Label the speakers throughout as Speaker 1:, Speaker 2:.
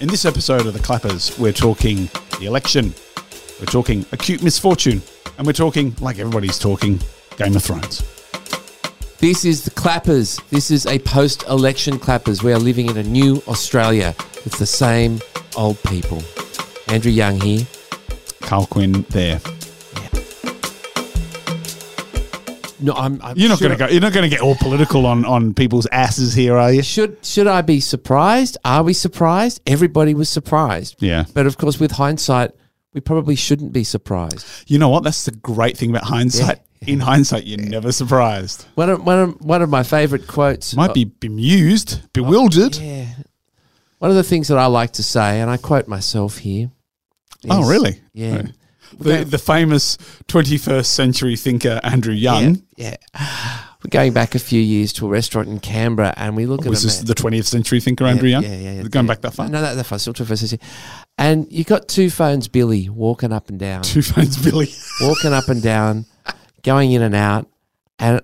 Speaker 1: In this episode of The Clappers, we're talking the election, we're talking acute misfortune, and we're talking, like everybody's talking, Game of Thrones.
Speaker 2: This is the clappers. This is a post election clappers. We are living in a new Australia with the same old people. Andrew Young here.
Speaker 1: Carl Quinn there.
Speaker 2: No, I'm. I'm
Speaker 1: You're not going
Speaker 2: should
Speaker 1: to go. You're not going to get all political on, on people's asses here, are you?
Speaker 2: I- Should should I be surprised? Are we surprised? Everybody was surprised.
Speaker 1: Yeah.
Speaker 2: But of course, with hindsight, we probably shouldn't be surprised.
Speaker 1: You know what? That's the great thing about hindsight. In hindsight, you're never surprised.
Speaker 2: One of one of, one of my favorite quotes. uh,
Speaker 1: Might be bemused, bewildered.
Speaker 2: Yeah. One of the things that I like to say, and I quote myself here.
Speaker 1: Oh,
Speaker 2: is-
Speaker 1: really?
Speaker 2: Yeah.
Speaker 1: Right. The, the famous 21st century thinker Andrew Young
Speaker 2: Yeah. We're going back a few years to a restaurant in Canberra and we look at
Speaker 1: was
Speaker 2: a
Speaker 1: Oh, this
Speaker 2: man-
Speaker 1: the 20th century thinker Andrew Young.
Speaker 2: Yeah, yeah, yeah.
Speaker 1: Going back that far.
Speaker 2: No, that, that far. Still two phones. And you got two phones, Billy, walking up and down,
Speaker 1: Two phones, Billy.
Speaker 2: walking up and down, going in and out. And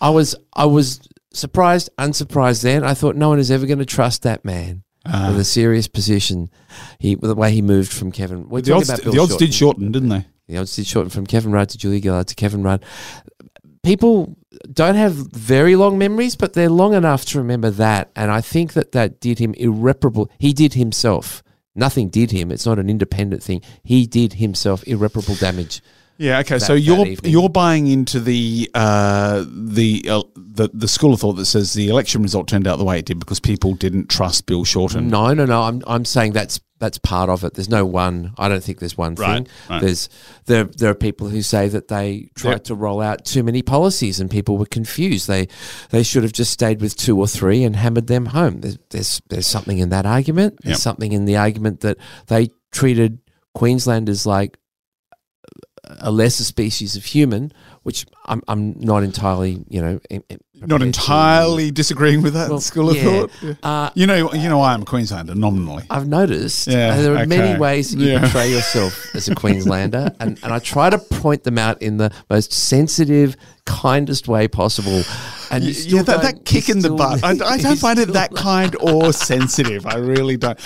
Speaker 2: I was, I was surprised, unsurprised. Then I thought no one is ever going to trust that man
Speaker 1: Uh,
Speaker 2: with
Speaker 1: Ah.
Speaker 2: a serious position. He, with the way he moved from Kevin. We're
Speaker 1: The
Speaker 2: talking
Speaker 1: odds,
Speaker 2: about Bill
Speaker 1: the odds
Speaker 2: Shorten.
Speaker 1: did shorten, didn't they?
Speaker 2: The odds did shorten from Kevin Rudd to Julia Gillard to Kevin Rudd. People don't have very long memories, but they're long enough to remember that. And I think that that did him irreparable. He did himself. Nothing did him. It's not an independent thing. He did himself irreparable damage.
Speaker 1: Yeah. Okay. so
Speaker 2: that
Speaker 1: you're
Speaker 2: evening.
Speaker 1: you're buying into the uh, the, uh, the the school of thought that says the election result turned out the way it did because people didn't trust Bill Shorten.
Speaker 2: No, no, no. I'm I'm saying that's that's part of it. There's no one. I don't think there's one
Speaker 1: Right,
Speaker 2: thing.
Speaker 1: right.
Speaker 2: There's there there are people who say that they tried
Speaker 1: Yep.
Speaker 2: to roll out too many policies and people were confused. They they should have just stayed with two or three and hammered them home. There's there's, there's something in that argument. There's
Speaker 1: Yep.
Speaker 2: something in the argument that they treated Queenslanders like a lesser species of human, which I'm I'm not entirely you know in- in-
Speaker 1: Not
Speaker 2: prepared to-
Speaker 1: entirely disagreeing with that
Speaker 2: Well,
Speaker 1: school of
Speaker 2: yeah.
Speaker 1: thought.
Speaker 2: Uh,
Speaker 1: You know, you know, I am a Queenslander nominally.
Speaker 2: I've noticed
Speaker 1: Yeah,
Speaker 2: there are
Speaker 1: okay.
Speaker 2: many ways that you
Speaker 1: Yeah.
Speaker 2: portray yourself as a Queenslander, and, and I try to point them out in the most sensitive, kindest way possible. And you still
Speaker 1: yeah, that,
Speaker 2: don't-
Speaker 1: that kick
Speaker 2: you
Speaker 1: in the
Speaker 2: still-
Speaker 1: butt. I, I
Speaker 2: you
Speaker 1: don't find it
Speaker 2: still-
Speaker 1: that kind or sensitive. I really don't.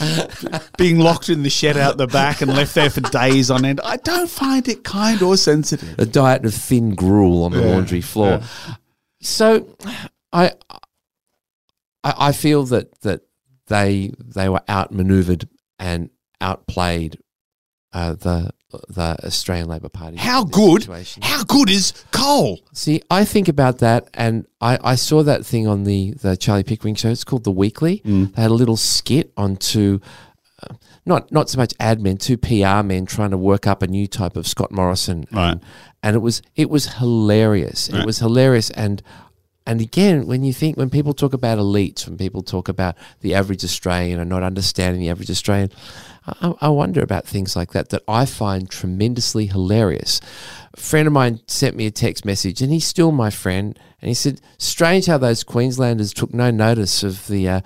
Speaker 1: Being locked in the shed out the back and left there for days on end, I don't find it kind or sensitive.
Speaker 2: a diet of thin gruel on the laundry floor. So, I, I I feel that that they they were outmaneuvered and outplayed uh, the the Australian Labor Party.
Speaker 1: How
Speaker 2: in this
Speaker 1: good?
Speaker 2: situation.
Speaker 1: How good is Cole?
Speaker 2: See, I think about that, and I, I saw that thing on the, the Charlie Pickering show. It's called The Weekly. They had a little skit on two, uh, not not so much ad men, two PR men trying to work up a new type of Scott Morrison. um,
Speaker 1: Right.
Speaker 2: And, and it was it was hilarious. It was hilarious, and and again, when you think when people talk about elites, when people talk about the average Australian and not understanding the average Australian, I, I wonder about things like that that I find tremendously hilarious. A friend of mine sent me a text message, and he's still my friend, and he said, "Strange how those Queenslanders took no notice of the uh,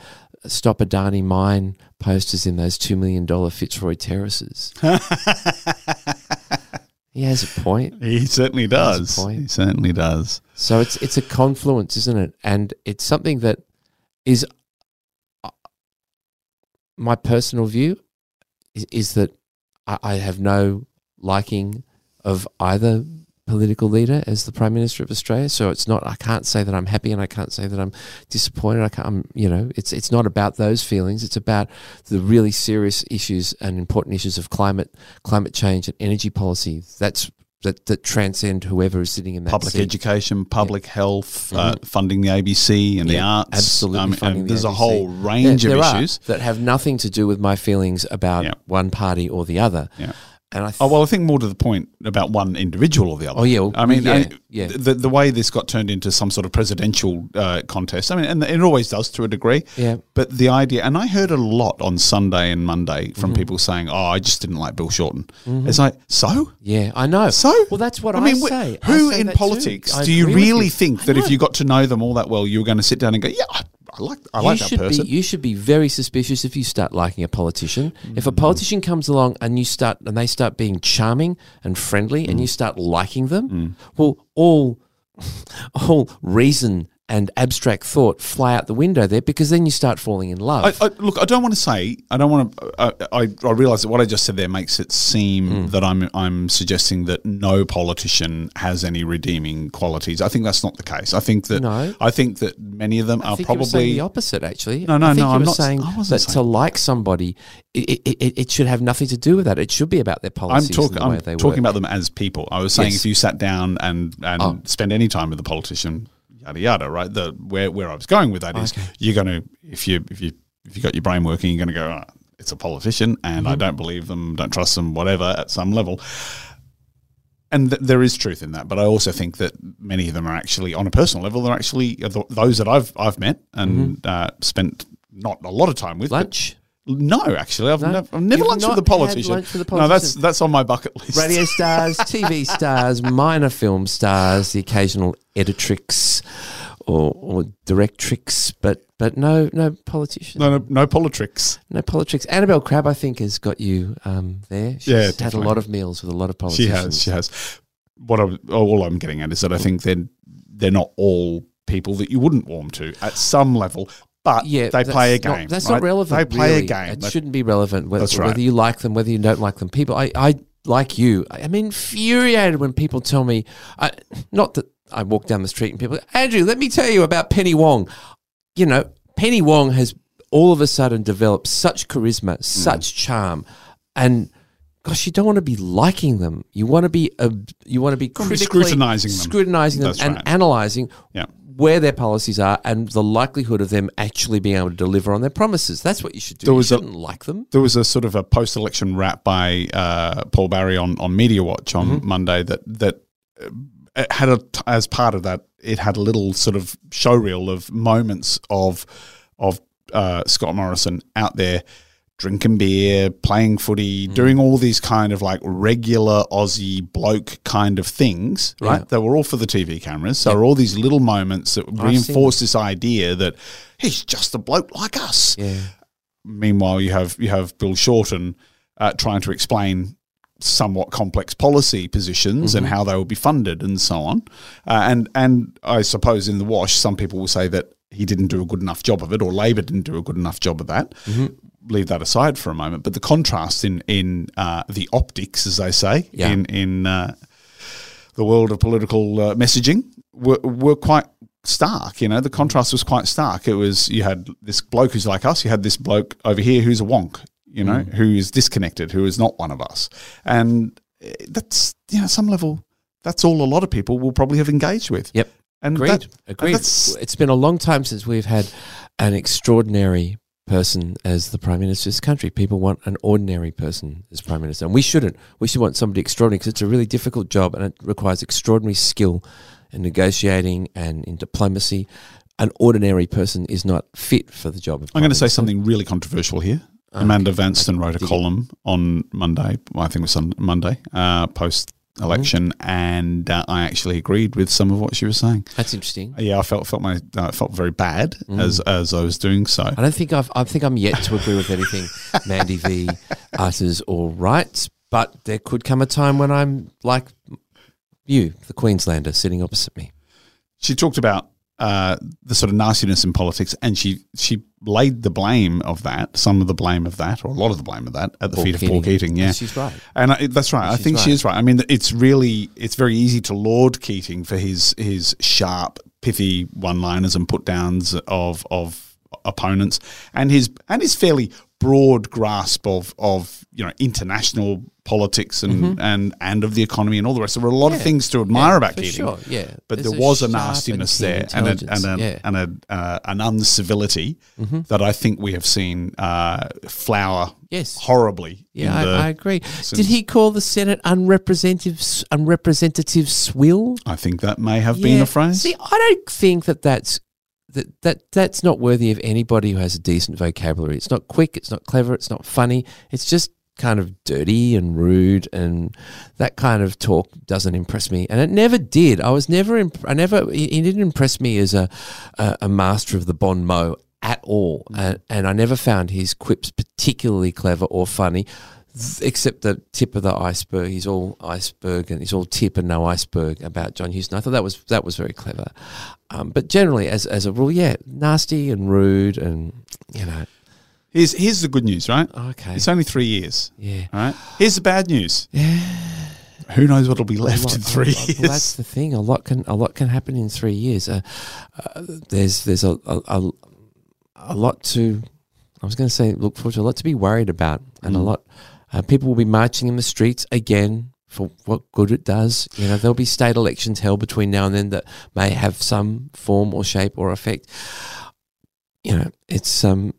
Speaker 2: Stop Adani mine posters in those two million dollar Fitzroy terraces." he has a point.
Speaker 1: He certainly does.
Speaker 2: point.
Speaker 1: He certainly does.
Speaker 2: So it's it's a confluence, isn't it? And it's something that is uh, my personal view is, is that I, I have no liking of either political leader as the prime minister of Australia. So it's not I can't say that I'm happy and I can't say that I'm disappointed. I can't I'm, you know it's it's not about those feelings. It's about the really serious issues and important issues of climate climate change and energy policy. That's that, that transcend whoever is sitting in that
Speaker 1: Public
Speaker 2: seat.
Speaker 1: education, public health, uh, funding the ABC and the
Speaker 2: Mm-hmm. Yeah,
Speaker 1: arts.
Speaker 2: absolutely
Speaker 1: um, and
Speaker 2: funding the
Speaker 1: there's a
Speaker 2: ABC.
Speaker 1: whole
Speaker 2: There-
Speaker 1: range
Speaker 2: there
Speaker 1: of
Speaker 2: are
Speaker 1: issues.
Speaker 2: that have nothing to do with my feelings about
Speaker 1: Yeah.
Speaker 2: one party or the other.
Speaker 1: Yeah.
Speaker 2: And I th-
Speaker 1: Oh well, I think more to the point about one individual or the other.
Speaker 2: Oh, yeah, well,
Speaker 1: I mean,
Speaker 2: yeah,
Speaker 1: I-
Speaker 2: yeah.
Speaker 1: The, the way this got turned into some sort of presidential uh, contest. I mean, and it always does to a degree.
Speaker 2: Yeah.
Speaker 1: But the idea, and I heard a lot on Sunday and Monday
Speaker 2: Mm-hmm.
Speaker 1: from people saying, "Oh, I just didn't like Bill Shorten." It's like so.
Speaker 2: yeah, I know.
Speaker 1: So,
Speaker 2: well, that's what I,
Speaker 1: mean, wh-
Speaker 2: say. I
Speaker 1: Who
Speaker 2: say
Speaker 1: in
Speaker 2: that too.
Speaker 1: politics
Speaker 2: I
Speaker 1: do you
Speaker 2: agree with
Speaker 1: really think that
Speaker 2: I
Speaker 1: if
Speaker 2: know.
Speaker 1: you got to know them all that well, you were going to sit down and go, "Yeah, I, I like, I like
Speaker 2: you
Speaker 1: that
Speaker 2: should
Speaker 1: person."
Speaker 2: Be, you should be very suspicious if you start liking a politician. If
Speaker 1: Mm.
Speaker 2: a politician comes along and you start and they start being charming and
Speaker 1: Mm.
Speaker 2: friendly and you start liking them, well, all all reason and abstract thought fly out the window there because then you start falling in love.
Speaker 1: I, I, look, I don't want to say I don't want to. I, I, I realize that what I just said there makes it seem
Speaker 2: Hmm.
Speaker 1: that I'm I'm suggesting that no politician has any redeeming qualities. I think that's not the case. I think that
Speaker 2: No.
Speaker 1: I think that many of them are
Speaker 2: I think you were saying
Speaker 1: probably
Speaker 2: the opposite, actually.
Speaker 1: No, no,
Speaker 2: I think
Speaker 1: no,
Speaker 2: You were
Speaker 1: I'm not-
Speaker 2: saying
Speaker 1: I wasn't
Speaker 2: that
Speaker 1: saying-
Speaker 2: to like somebody, it, it, it, it should have nothing to do with that. It should be about their
Speaker 1: I'm
Speaker 2: policies and
Speaker 1: talking.
Speaker 2: the way
Speaker 1: I'm
Speaker 2: they
Speaker 1: talking
Speaker 2: work.
Speaker 1: about them as people. I was saying
Speaker 2: Yes.
Speaker 1: if you sat down and and
Speaker 2: Oh.
Speaker 1: spend any time with a politician, yada yada, right? The where where I was going with that is you're going to if you if you if you got your brain working, you're going to go. "Ah, it's a politician, and
Speaker 2: Mm-hmm.
Speaker 1: I don't believe them, don't trust them, whatever. At some level, and th- there is truth in that, but I also think that many of them are actually, on a personal level, they're actually th- those that I've I've met and
Speaker 2: Mm-hmm.
Speaker 1: uh, spent not a lot of time with. but-
Speaker 2: Lunch?
Speaker 1: no, actually, I've,
Speaker 2: No?
Speaker 1: nev- I've never
Speaker 2: You've
Speaker 1: lunched with
Speaker 2: not
Speaker 1: a politician.
Speaker 2: had lunch with a
Speaker 1: No, that's
Speaker 2: politician?
Speaker 1: that's on my bucket list.
Speaker 2: radio stars, TV stars, minor film stars, the occasional editrix or, or directrix, but but no no politician, no,
Speaker 1: No, no, no politics.
Speaker 2: politics. Annabelle Crabb, I think, has got you um, there. She's
Speaker 1: Yeah,
Speaker 2: had a
Speaker 1: definitely.
Speaker 2: lot of meals with a lot of
Speaker 1: She
Speaker 2: politicians.
Speaker 1: has. She has. What I, was- all I'm getting at is that I think they're they're not all people that you wouldn't warm to at some level, but
Speaker 2: Yeah,
Speaker 1: they play a
Speaker 2: that's not-
Speaker 1: game.
Speaker 2: that's
Speaker 1: right?
Speaker 2: not relevant.
Speaker 1: They play
Speaker 2: really.
Speaker 1: a game.
Speaker 2: It
Speaker 1: They-
Speaker 2: shouldn't be relevant. Whether,
Speaker 1: That's right.
Speaker 2: whether you like them, whether you don't like them. People, I, I like you. I- I'm infuriated when people tell me, I, not that I walk down the street and people, go, Andrew, let me tell you about Penny Wong. You know, Penny Wong has all of a sudden developed such
Speaker 1: Mm.
Speaker 2: charisma, such charm, and. Gosh, you don't want to be liking them. You want to be ob you want to be
Speaker 1: wanna be
Speaker 2: critically
Speaker 1: scrutinising them.
Speaker 2: scrutinising them,
Speaker 1: That's
Speaker 2: and
Speaker 1: right.
Speaker 2: analysing
Speaker 1: Yeah.
Speaker 2: where their policies are and the likelihood of them actually being able to deliver on their promises. That's what you should do.
Speaker 1: There
Speaker 2: you
Speaker 1: was a-
Speaker 2: shouldn't like them.
Speaker 1: There was a sort of a post-election rap by uh, Paul Barry on on Media Watch on Monday that that uh, it had a as part of that it had a little sort of showreel of moments of of uh, Scott Morrison out there drinking beer, playing footy, doing all these kind of like regular Aussie bloke kind of things, right?
Speaker 2: Yeah.
Speaker 1: They were all for the TV cameras. So all these little moments that reinforce this idea that he's just a bloke like us
Speaker 2: Yeah.
Speaker 1: meanwhile you have you have Bill Shorten uh, trying to explain somewhat complex policy positions and how they will be funded and so on. Uh, and and I suppose in the wash, some people will say that he didn't do a good enough job of it, or Labor didn't do a good enough job of that. Leave that aside for a moment. But the contrast in in uh, the optics, as they say,
Speaker 2: Yeah.
Speaker 1: in in uh, the world of political uh, messaging were, were quite stark. You know, the contrast was quite stark. It was you had this bloke who's like us, you had this bloke over here who's a wonk. You know,
Speaker 2: Mm.
Speaker 1: who is disconnected, who is not one of us, and eh, that's you know, at some level, that's all a lot of people will probably have engaged with.
Speaker 2: Yep.
Speaker 1: and
Speaker 2: Agreed.
Speaker 1: that-
Speaker 2: Agreed.
Speaker 1: that's-
Speaker 2: It's been a long time since we've had an extraordinary person as the prime minister of this country. People want an ordinary person as prime minister, and we shouldn't. We should want somebody extraordinary because it's a really difficult job and it requires extraordinary skill in negotiating and in diplomacy. An ordinary person is not fit for the job. Of
Speaker 1: I'm going to say
Speaker 2: prime
Speaker 1: something really controversial here. Amanda Vanston wrote a column on Monday, well, I think it was on Monday, uh, post election,
Speaker 2: Mm-hmm.
Speaker 1: and uh, I actually agreed with some of what she was saying.
Speaker 2: minister. That's interesting.
Speaker 1: Yeah, I felt felt my uh, felt very bad
Speaker 2: Mm.
Speaker 1: as as I was doing so.
Speaker 2: I don't think I've, I think I'm yet to agree with anything Mandy V utters or writes, but there could come a time when I'm like you, the Queenslander, sitting opposite me.
Speaker 1: She talked about uh, the sort of nastiness in politics, and she she laid the blame of that, some of the blame of that, or a lot of the blame of that, at the
Speaker 2: Paul
Speaker 1: feet
Speaker 2: Keating.
Speaker 1: of Paul Keating. Yeah,
Speaker 2: She's right.
Speaker 1: And I, that's right. I
Speaker 2: She's
Speaker 1: think
Speaker 2: right.
Speaker 1: she is right. I mean, it's really it's very easy to laud Keating for his his sharp, pithy one-liners and put-downs of of opponents, and his and his fairly broad grasp of of you know international politics and and and of the economy and all the rest. There were a lot of
Speaker 2: Mm-hmm. Yeah.
Speaker 1: things to admire about
Speaker 2: for
Speaker 1: Keating.
Speaker 2: sure. Yeah.
Speaker 1: But
Speaker 2: There's
Speaker 1: there was a
Speaker 2: sharp
Speaker 1: nastiness
Speaker 2: keen
Speaker 1: there and a,
Speaker 2: intelligence.
Speaker 1: and a,
Speaker 2: yeah. Mm-hmm.
Speaker 1: and a, uh, an uncivility that I think we have seen uh, flower
Speaker 2: Yes.
Speaker 1: horribly.
Speaker 2: yeah,
Speaker 1: in the,
Speaker 2: I, I agree. Did he call the Senate unrepresentative, unrepresentative swill?
Speaker 1: I think that may have
Speaker 2: Yeah.
Speaker 1: been a phrase.
Speaker 2: See, I don't think that that's that, that that's not worthy of anybody who has a decent vocabulary. It's not quick, it's not clever, it's not funny. It's just kind of dirty and rude and that kind of talk doesn't impress me and it never did i was never imp- i never he he didn't impress me as a a, a master of the bon mot at all and, and i never found his quips particularly clever or funny z- except the tip of the iceberg. He's all iceberg and he's all tip and no iceberg about John Houston. I thought that was that was very clever. Um, but generally, as as a rule, yeah, nasty and rude and you know,
Speaker 1: Here's here's the good news, right?
Speaker 2: okay,
Speaker 1: It's only three years.
Speaker 2: yeah,
Speaker 1: All right. Here's the bad news.
Speaker 2: yeah.
Speaker 1: Who knows what'll be
Speaker 2: A
Speaker 1: left
Speaker 2: lot-
Speaker 1: in three
Speaker 2: a lot- well, that's
Speaker 1: years?
Speaker 2: the thing. A lot can a lot can happen in three years. Uh, uh, there's there's a, a a a lot to. I was going to say look forward to a lot to be worried about, and a
Speaker 1: Mm.
Speaker 2: lot uh, people will be marching in the streets again for what good it does. You know, there'll be state elections held between now and then that may have some form or shape or effect. You know, it's um,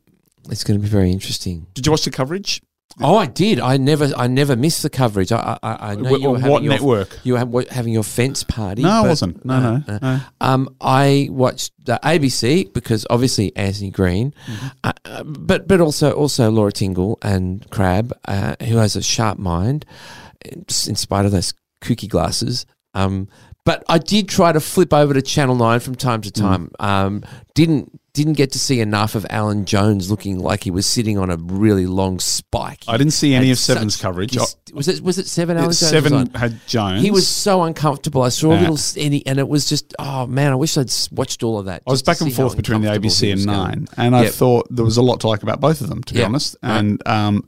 Speaker 2: it's going to be very interesting.
Speaker 1: Did you watch the coverage?
Speaker 2: Oh, I did. I never, I never missed the coverage. I, I- I, I know
Speaker 1: Wh-
Speaker 2: you were having
Speaker 1: what
Speaker 2: your
Speaker 1: network?
Speaker 2: you were ha- wa- having your fence party.
Speaker 1: No, I
Speaker 2: but-
Speaker 1: wasn't. No, no.
Speaker 2: uh,
Speaker 1: no.
Speaker 2: Um, I watched the ABC because obviously Anthony Green,
Speaker 1: Mm-hmm.
Speaker 2: uh, uh, but but also also Laura Tingle and Crab, uh, who has a sharp mind, in in spite of those kooky glasses. Um, but I did try to flip over to Channel Nine from time
Speaker 1: Mm.
Speaker 2: to time. Um, didn't didn't get to see enough of Alan Jones looking like he was sitting on a really long spike.
Speaker 1: I didn't see any
Speaker 2: Had
Speaker 1: of Seven's
Speaker 2: such-
Speaker 1: coverage.
Speaker 2: He's- Was it was it seven? Alan Jones was on?
Speaker 1: Seven had Jones.
Speaker 2: He was so uncomfortable. I saw a
Speaker 1: Yeah.
Speaker 2: little, s- and, he, and it was just, oh man, I wish I'd s- watched all of that.
Speaker 1: I was back and forth between the ABC and Nine, and I
Speaker 2: Yep.
Speaker 1: thought there was a lot to like about both of them, to be
Speaker 2: Yep.
Speaker 1: honest.
Speaker 2: Right.
Speaker 1: And um,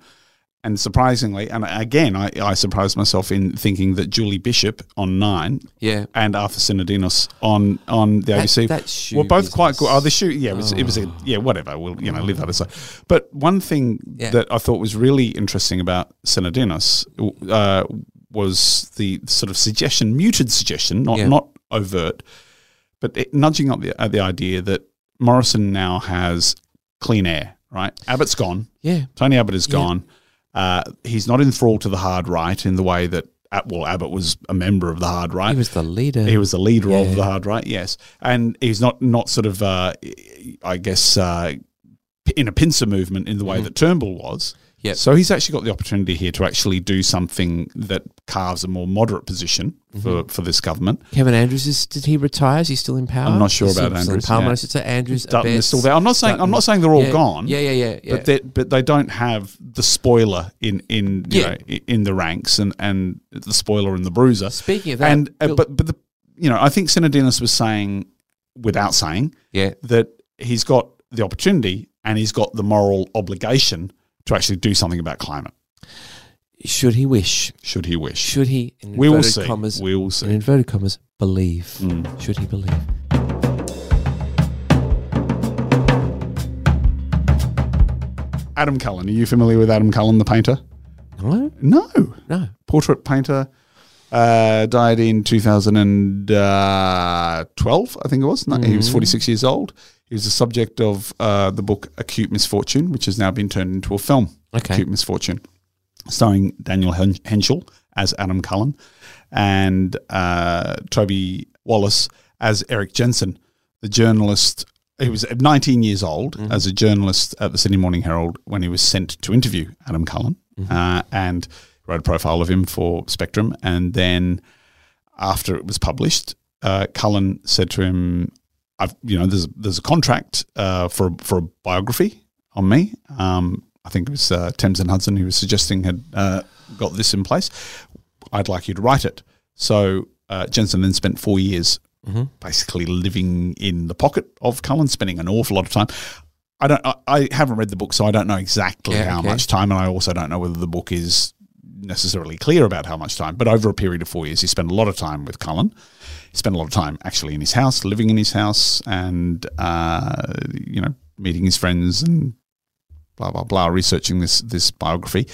Speaker 1: and surprisingly, and again, I, I surprised myself in thinking that Julie Bishop on Nine
Speaker 2: Yeah,
Speaker 1: and Arthur Sinodinos on on the
Speaker 2: That-
Speaker 1: ABC
Speaker 2: that shoe
Speaker 1: were both quite good.
Speaker 2: business. Oh.
Speaker 1: Oh, the shoe, yeah, it was, it was a yeah, whatever. We'll you know leave that aside. But one thing
Speaker 2: Yeah.
Speaker 1: that I thought was really interesting about Sinodinos uh, was the sort of suggestion, muted suggestion, not
Speaker 2: Yeah.
Speaker 1: not overt, but it, nudging up the, at the idea that Morrison now has clean air. Right, Abbott's gone.
Speaker 2: yeah,
Speaker 1: Tony Abbott is
Speaker 2: Yeah.
Speaker 1: gone. Uh, he's not enthralled to the hard right in the way that. At, well, Abbott was a member of the hard right
Speaker 2: he was the leader.
Speaker 1: he was the leader
Speaker 2: Yeah.
Speaker 1: of the hard right yes and he's not not sort of uh, i guess uh, in a pincer movement in the way that turnbull was
Speaker 2: Mm-hmm. Yep.
Speaker 1: so he's actually got the opportunity here to actually do something that carves a more moderate position
Speaker 2: Mm-hmm.
Speaker 1: for, for this government
Speaker 2: Kevin Andrews is. Did he retire? Is he still in power?
Speaker 1: I'm not sure
Speaker 2: He's still-
Speaker 1: about
Speaker 2: still
Speaker 1: Andrews,
Speaker 2: In Parliament,
Speaker 1: yeah.
Speaker 2: I should say Andrews.
Speaker 1: Dutton
Speaker 2: Abetz,
Speaker 1: is still there i'm not saying i'm not
Speaker 2: Dutton.
Speaker 1: saying they're all
Speaker 2: yeah.
Speaker 1: gone
Speaker 2: Yeah, yeah, yeah. yeah.
Speaker 1: but they but they don't have the spoiler in in you
Speaker 2: Yeah.
Speaker 1: know, i- in the ranks and and the spoiler and the bruiser
Speaker 2: Speaking of that,
Speaker 1: and uh,
Speaker 2: Bill-
Speaker 1: but but the you know i think Sinodinos was saying without saying
Speaker 2: yeah,
Speaker 1: that he's got the opportunity and he's got the moral obligation to actually do something about climate,
Speaker 2: should he wish?
Speaker 1: should he wish.
Speaker 2: Should he? In
Speaker 1: We will
Speaker 2: inverted
Speaker 1: see.
Speaker 2: Commas,
Speaker 1: We will
Speaker 2: in
Speaker 1: see.
Speaker 2: inverted commas, believe.
Speaker 1: Mm.
Speaker 2: Should he believe?
Speaker 1: Adam Cullen, are you familiar with Adam Cullen, the painter?
Speaker 2: No,
Speaker 1: No.
Speaker 2: no.
Speaker 1: Portrait painter. Uh, died in 2012, I think it was. No, He
Speaker 2: Mm.
Speaker 1: was 46 years old. He was the subject of uh, the book Acute Misfortune, which has now been turned into a film.
Speaker 2: Okay.
Speaker 1: Acute Misfortune, starring Daniel Hen- Henschel as Adam Cullen and uh, Toby Wallace as Eric Jensen, the journalist. He was 19 years old as a journalist at the Sydney Morning Herald when he was sent to interview Adam Cullen uh, and wrote a profile of him for Spectrum. And then after it was published, uh, Cullen said to him, I've, you know, there's there's a contract uh, for for a biography on me. Um, I think it was uh, Thames and Hudson who was suggesting had uh, got this in place. I'd like you to write it. So uh, Jensen then spent four years
Speaker 2: Mhm.
Speaker 1: basically living in the pocket of Cullen, spending an awful lot of time. I don't. I, I haven't read the book, so I don't know exactly
Speaker 2: Yeah,
Speaker 1: how
Speaker 2: okay.
Speaker 1: much time, and I also don't know whether the book is necessarily clear about how much time. But over a period of four years, he spent a lot of time with Cullen spent a lot of time actually in his house, living in his house, and uh, you know, meeting his friends and blah blah blah, researching this this biography.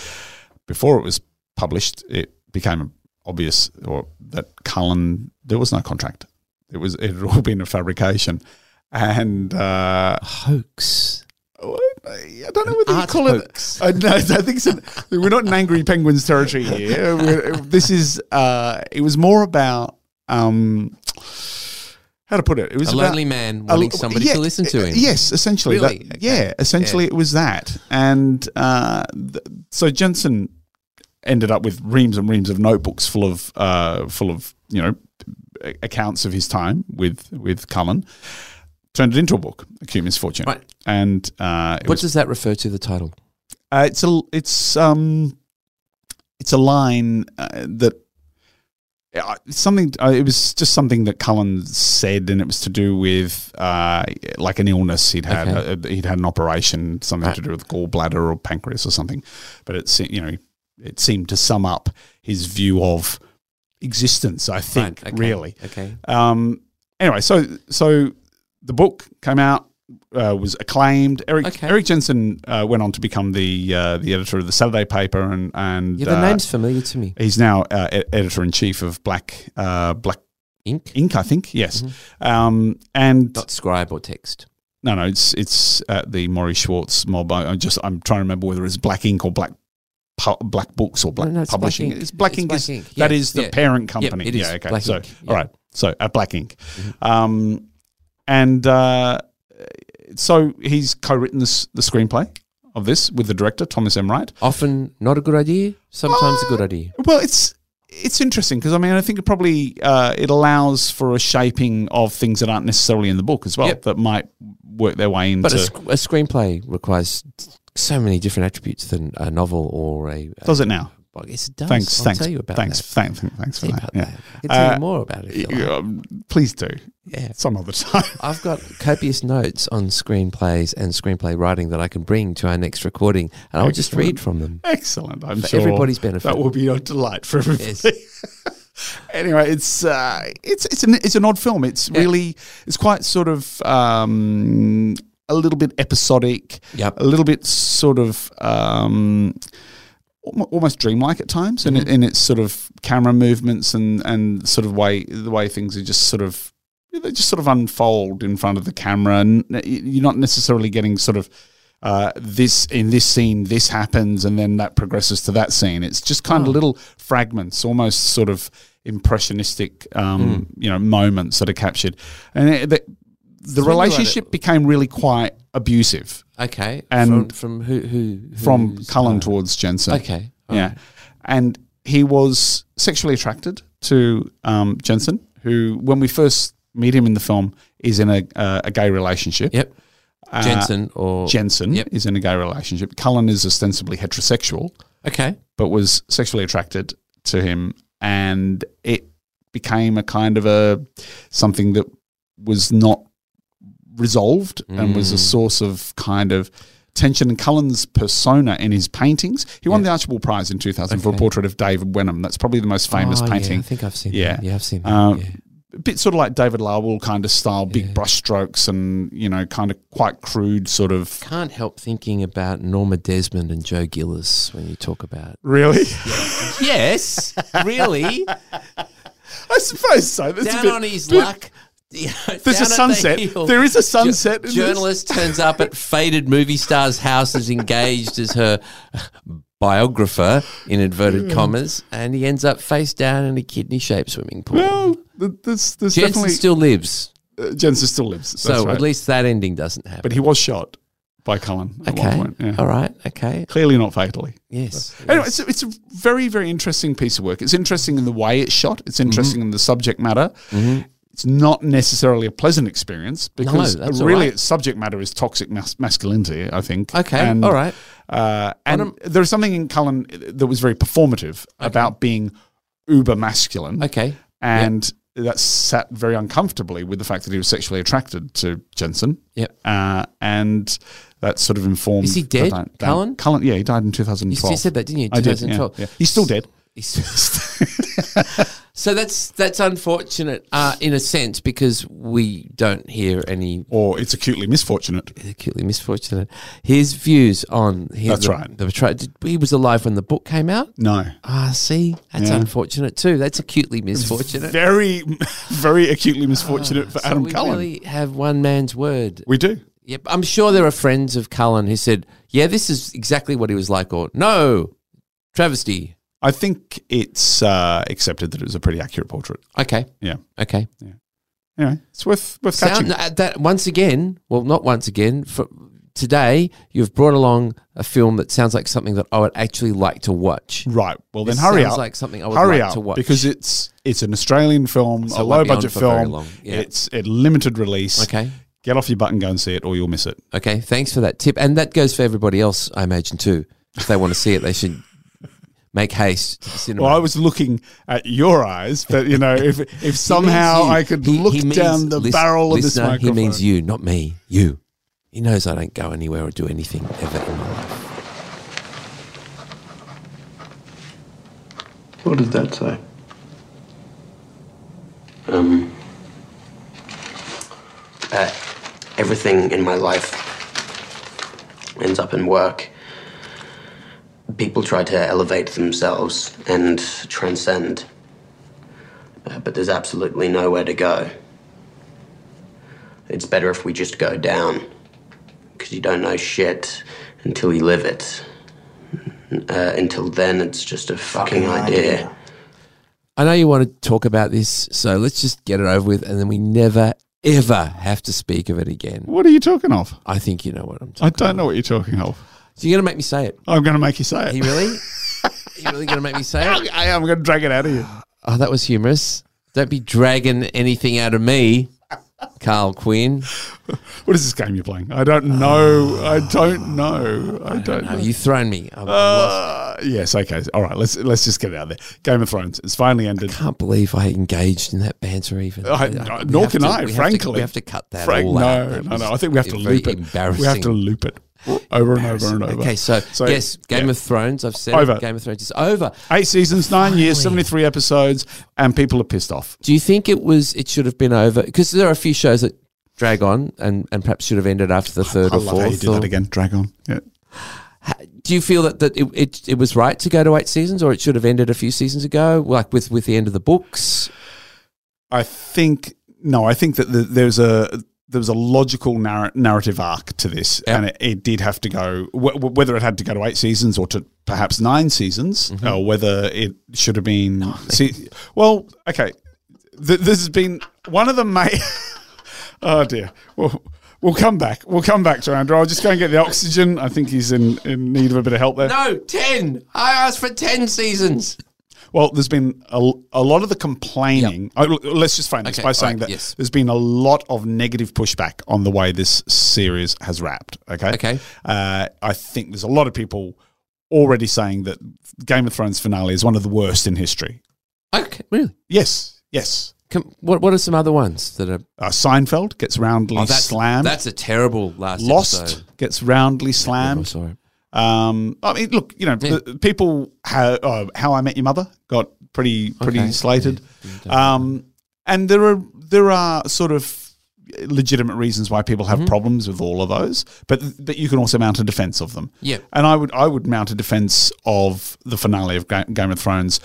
Speaker 1: Before it was published, it became obvious or that Cullen there was no contract. It was it had all been a fabrication, and uh,
Speaker 2: Hoax.
Speaker 1: I don't know whether you
Speaker 2: Art
Speaker 1: call it.
Speaker 2: hoax.
Speaker 1: Uh, no, I think so. we're not in angry penguins territory here. We're- this is. Uh, it was more about um, how to put it. It was
Speaker 2: A
Speaker 1: about,
Speaker 2: lonely man wanting
Speaker 1: a-
Speaker 2: somebody
Speaker 1: yeah,
Speaker 2: to listen to
Speaker 1: uh,
Speaker 2: him.
Speaker 1: Yes, essentially.
Speaker 2: Really?
Speaker 1: that-
Speaker 2: Okay.
Speaker 1: Yeah, essentially it was that. And uh, th- so Jensen ended up with reams and reams of notebooks full of uh, full of you know a- accounts of his time with with Cullen. Turned it into a book, Acute Misfortune,
Speaker 2: Right.
Speaker 1: and uh, it
Speaker 2: What
Speaker 1: was,
Speaker 2: does that refer to? The title.
Speaker 1: uh, it's a it's um it's a line uh, that uh, something uh, it was just something that Cullen said, and it was to do with uh, like an illness he'd had. Uh, he'd had an operation, something
Speaker 2: Right.
Speaker 1: to do with gallbladder or pancreas or something. But it se- you know it seemed to sum up his view of existence. I think
Speaker 2: okay.
Speaker 1: really.
Speaker 2: Okay.
Speaker 1: Um, anyway, so so the book came out. Uh, was acclaimed. Eric
Speaker 2: Okay.
Speaker 1: Eric Jensen uh, went on to become the uh, the editor of the Saturday paper, and and
Speaker 2: Yeah, the
Speaker 1: uh,
Speaker 2: name's familiar to me.
Speaker 1: he's now uh, e- editor in chief of Black uh, Black
Speaker 2: Ink,
Speaker 1: Ink, I think. Yes,
Speaker 2: Mm-hmm.
Speaker 1: um, and
Speaker 2: not scribe or text.
Speaker 1: no, no, it's it's uh, the Maury Schwartz mob. I, I just I'm trying to remember whether it's Black Ink or Black Pu- Black Books or Black
Speaker 2: No, no, it's Black
Speaker 1: Publishing.
Speaker 2: Ink.
Speaker 1: it's Black
Speaker 2: It's
Speaker 1: Ink.
Speaker 2: Black
Speaker 1: is,
Speaker 2: Ink,
Speaker 1: That
Speaker 2: yeah,
Speaker 1: is the
Speaker 2: yeah.
Speaker 1: parent company.
Speaker 2: it is
Speaker 1: yeah. Okay.
Speaker 2: Black
Speaker 1: so
Speaker 2: Ink, yeah.
Speaker 1: all right. So at Black Ink, um, and uh, so he's co-written this, the screenplay of this with the director Thomas M. Wright.
Speaker 2: Often not a good idea. Sometimes a good idea.
Speaker 1: Well, it's it's interesting because I mean I think it probably uh, it allows for a shaping of things that aren't necessarily in the book as well
Speaker 2: Yep.
Speaker 1: that might work their way into.
Speaker 2: But a, sc- a screenplay requires so many different attributes than a novel or a. a
Speaker 1: does it now?
Speaker 2: well, yes, it does.
Speaker 1: Thanks,
Speaker 2: I'll
Speaker 1: thanks,
Speaker 2: tell you about
Speaker 1: thanks,
Speaker 2: that.
Speaker 1: thank- thank- thanks for
Speaker 2: Tell you
Speaker 1: that.
Speaker 2: about
Speaker 1: Yeah.
Speaker 2: that. I can tell
Speaker 1: Uh,
Speaker 2: you more about it. if you like.
Speaker 1: Yeah, um, please do
Speaker 2: Yeah.
Speaker 1: some other time.
Speaker 2: I've got copious notes on screenplays and screenplay writing that I can bring to our next recording, and I'll just
Speaker 1: Excellent.
Speaker 2: read from them
Speaker 1: Excellent. I'm
Speaker 2: for
Speaker 1: sure
Speaker 2: everybody's benefit.
Speaker 1: that will be a delight for everybody. anyway, it's uh, it's it's an it's an odd film. It's
Speaker 2: Yeah.
Speaker 1: really it's quite sort of um, a little bit episodic.
Speaker 2: Yep.
Speaker 1: a little bit sort of um, almo- almost dreamlike at times, in,
Speaker 2: Mm-hmm.
Speaker 1: it- in its sort of camera movements and and sort of way the way things are just sort of they just sort of unfold in front of the camera, and y- you're not necessarily getting sort of. Uh, this in this scene, this happens, and then that progresses to that scene. It's just kind
Speaker 2: Oh.
Speaker 1: of little fragments, almost sort of impressionistic, um, you know, moments that are captured. And it, the, the
Speaker 2: Hmm. you write it-
Speaker 1: relationship became really quite abusive
Speaker 2: Okay.
Speaker 1: And
Speaker 2: from, from who? who
Speaker 1: from
Speaker 2: who's-
Speaker 1: Cullen towards Jensen.
Speaker 2: Okay. all
Speaker 1: Yeah.
Speaker 2: right.
Speaker 1: And he was sexually attracted to um, Jensen, who, when we first meet him in the film, is in a, uh, a gay relationship. Uh,
Speaker 2: Yep. Uh, Jensen or
Speaker 1: Jensen
Speaker 2: Yep.
Speaker 1: is in a gay relationship. Cullen is ostensibly heterosexual,
Speaker 2: okay.
Speaker 1: but was sexually attracted to him. And it became a kind of a something that was not resolved and was
Speaker 2: Mm.
Speaker 1: a source of kind of tension. And Cullen's persona in his paintings, he won the Archibald Prize in 2000 for a
Speaker 2: Okay.
Speaker 1: portrait of David Wenham. That's probably the most famous
Speaker 2: Oh, yeah,
Speaker 1: painting.
Speaker 2: I think I've seen.
Speaker 1: Yeah.
Speaker 2: That. Yeah, I've seen. That.
Speaker 1: Um,
Speaker 2: yeah.
Speaker 1: A bit sort of like David Larwell kind of style, big brush strokes and, you know, kind of quite crude sort of.
Speaker 2: Can't help thinking about Norma Desmond and Joe Gillis when you talk about.
Speaker 1: Really?
Speaker 2: Yes, really.
Speaker 1: I suppose so. That's a
Speaker 2: down
Speaker 1: bit-
Speaker 2: on his
Speaker 1: bit-
Speaker 2: luck.
Speaker 1: There's a sunset. there is a sunset. in this.
Speaker 2: Journalist turns up at faded movie star's house as engaged as her biographer in
Speaker 1: Hmm.
Speaker 2: inverted commas, and he ends up face down in a kidney-shaped swimming pool.
Speaker 1: Well, th- there's, there's
Speaker 2: Jensen
Speaker 1: definitely
Speaker 2: still lives,
Speaker 1: uh, Jensen still lives. That's
Speaker 2: so
Speaker 1: right.
Speaker 2: at least that ending doesn't happen.
Speaker 1: but he was shot by Cullen at
Speaker 2: okay,
Speaker 1: one point. Yeah.
Speaker 2: all right, okay,
Speaker 1: Clearly not fatally.
Speaker 2: yes.
Speaker 1: Anyway, it's a, it's a very, very interesting piece of work. It's interesting in the way it's shot. It's
Speaker 2: Mm-hmm.
Speaker 1: interesting in the subject matter. It's not necessarily a pleasant experience because
Speaker 2: that's all
Speaker 1: really
Speaker 2: right.
Speaker 1: its subject matter is toxic mas- masculinity, I think.
Speaker 2: Okay,
Speaker 1: And,
Speaker 2: all right.
Speaker 1: Uh, and there's something in Cullen that was very performative about being uber masculine.
Speaker 2: Okay,
Speaker 1: and that sat very uncomfortably with the fact that he was sexually attracted to Jensen.
Speaker 2: Yep.
Speaker 1: Uh, and that sort of informed.
Speaker 2: Is he
Speaker 1: the
Speaker 2: dead,
Speaker 1: di- di-
Speaker 2: Cullen?
Speaker 1: Cullen, yeah, he died in 2012.
Speaker 2: you said that, didn't you?
Speaker 1: I did. yeah,
Speaker 2: 2012.
Speaker 1: yeah. He's still dead.
Speaker 2: So that's that's unfortunate uh, in a sense because we don't hear any
Speaker 1: or it's acutely misfortunate.
Speaker 2: acutely misfortunate. His views on his,
Speaker 1: That's
Speaker 2: the,
Speaker 1: right.
Speaker 2: The betrayal. Did, he was alive when the book came out.
Speaker 1: No.
Speaker 2: Ah, see, that's unfortunate too. That's acutely misfortunate.
Speaker 1: Very, very acutely misfortunate for
Speaker 2: Ah, So
Speaker 1: Adam
Speaker 2: we
Speaker 1: Cullen.
Speaker 2: really have one man's word.
Speaker 1: we do.
Speaker 2: Yep, I'm sure there are friends of Cullen who said, "Yeah, this is exactly what he was like," or "No, travesty."
Speaker 1: I think it's uh, accepted that it was a pretty accurate portrait.
Speaker 2: Okay,
Speaker 1: Yeah.
Speaker 2: okay.
Speaker 1: Anyway, it's worth worth catching.
Speaker 2: Sound, uh, that once again, well, not once again. For today, you've brought along a film that sounds like something that I would actually like to watch.
Speaker 1: Right. Well, then
Speaker 2: This
Speaker 1: hurry
Speaker 2: sounds
Speaker 1: up.
Speaker 2: like something I would
Speaker 1: hurry
Speaker 2: like
Speaker 1: up
Speaker 2: to watch.
Speaker 1: because it's it's an Australian film,
Speaker 2: So
Speaker 1: a
Speaker 2: it won't
Speaker 1: low
Speaker 2: be on
Speaker 1: budget
Speaker 2: for very
Speaker 1: film.
Speaker 2: long, yeah.
Speaker 1: It's a limited release.
Speaker 2: Okay.
Speaker 1: Get off your butt and go and see it, or you'll miss it.
Speaker 2: Okay, thanks for that tip. And that goes for everybody else, I imagine, too. If they want to see it, they should make haste to the cinema.
Speaker 1: Well, I was looking at your eyes, but you know, if if somehow
Speaker 2: you.
Speaker 1: I could
Speaker 2: He-
Speaker 1: look
Speaker 2: he means-
Speaker 1: down the
Speaker 2: lis-
Speaker 1: barrel of this
Speaker 2: listener,
Speaker 1: microphone,
Speaker 2: He means you, not me. You. He knows I don't go anywhere or do anything ever in my life.
Speaker 3: What does that say?
Speaker 4: Um, uh, everything in my life ends up in work. People try to elevate themselves and transcend, uh, but there's absolutely nowhere to go. It's better if we just go down, because you don't know shit until you live it. Uh, until then, it's just a fucking, idea.
Speaker 2: I know you want to talk about this, so let's just get it over with, and then we never ever have to speak of it again.
Speaker 1: what are you talking of?
Speaker 2: I think you know what I'm
Speaker 1: I
Speaker 2: talking.
Speaker 1: don't know what you're talking of.
Speaker 2: So you're gonna make me say it.
Speaker 1: I'm going to make you say it.
Speaker 2: Are you really? Are you really gonna make me say it?
Speaker 1: I am going to drag it out of you.
Speaker 2: Oh, that was humorous. Don't be dragging anything out of me, Carl Quinn.
Speaker 1: What is this game you're playing? I don't know. I
Speaker 2: Ah.
Speaker 1: don't know. I don't
Speaker 2: No,
Speaker 1: know.
Speaker 2: you thrown me. I
Speaker 1: Uh, yes. Okay. All right. Let's let's just get it out there. Game of Thrones. It's finally ended.
Speaker 2: can't believe I engaged in that banter. Even
Speaker 1: I-
Speaker 2: We
Speaker 1: I-
Speaker 2: have
Speaker 1: nor
Speaker 2: to-
Speaker 1: can I,
Speaker 2: we have to-
Speaker 1: frankly.
Speaker 2: we have to cut that.
Speaker 1: Frank,
Speaker 2: all
Speaker 1: no,
Speaker 2: out. That
Speaker 1: no,
Speaker 2: was
Speaker 1: no. I think we have to
Speaker 2: very
Speaker 1: loop it.
Speaker 2: Embarrassing.
Speaker 1: We have to loop it over and over and over.
Speaker 2: Okay, so, yes, Game
Speaker 1: yeah.
Speaker 2: of Thrones. I've said
Speaker 1: Over.
Speaker 2: It, Game of Thrones is over.
Speaker 1: eight seasons, nine years,
Speaker 2: Finally.
Speaker 1: seventy-three episodes, and people are pissed off.
Speaker 2: Do you think it was? It should have been over because there are a few shows that drag on and, and perhaps should have ended after the third
Speaker 1: I
Speaker 2: or
Speaker 1: love
Speaker 2: fourth.
Speaker 1: how you did
Speaker 2: or-
Speaker 1: that again. Drag on. Yeah.
Speaker 2: Do you feel that, that it, it it was right to go to eight seasons, or it should have ended a few seasons ago, like with with the end of the books?
Speaker 1: I think no. I think that the, there's a there was a logical narr- narrative arc to this,
Speaker 2: Yeah.
Speaker 1: and it, it did have to go. W- w- whether it had to go to eight seasons or to perhaps nine seasons, or whether it should have been. see, well, okay. Th- this has been one of the main. oh dear. Well, we'll come back. We'll come back to Andrew. I'll just go and get the oxygen. I think he's in, in need of a bit of help there.
Speaker 2: No, ten. I asked for ten seasons.
Speaker 1: Well, there's been a, a lot of the complaining. Oh, look, let's just frame this
Speaker 2: Okay,
Speaker 1: by
Speaker 2: all
Speaker 1: saying
Speaker 2: right,
Speaker 1: that
Speaker 2: yes.
Speaker 1: there's been a lot of negative pushback on the way this series has wrapped. Okay.
Speaker 2: Okay.
Speaker 1: Uh, I think there's a lot of people already saying that Game of Thrones finale is one of the worst in history.
Speaker 2: Okay, really.
Speaker 1: Yes. Yes.
Speaker 2: Come, what what are some other ones that are
Speaker 1: Uh, Seinfeld gets roundly
Speaker 2: Oh,
Speaker 1: slammed.
Speaker 2: That's a terrible last
Speaker 1: Lost
Speaker 2: episode.
Speaker 1: gets roundly
Speaker 2: I'm
Speaker 1: slammed.
Speaker 2: sorry.
Speaker 1: Um, I mean, look, you know,
Speaker 2: Yeah.
Speaker 1: the- people how oh, How I Met Your Mother got pretty pretty
Speaker 2: Okay.
Speaker 1: slated,
Speaker 2: Yeah.
Speaker 1: um, and there are there are sort of legitimate reasons why people
Speaker 2: Mm-hmm.
Speaker 1: have problems with all of those, but but you can also mount a defense of them.
Speaker 2: Yeah.
Speaker 1: and I would I would mount a defense of the finale of Ga- Game of Thrones.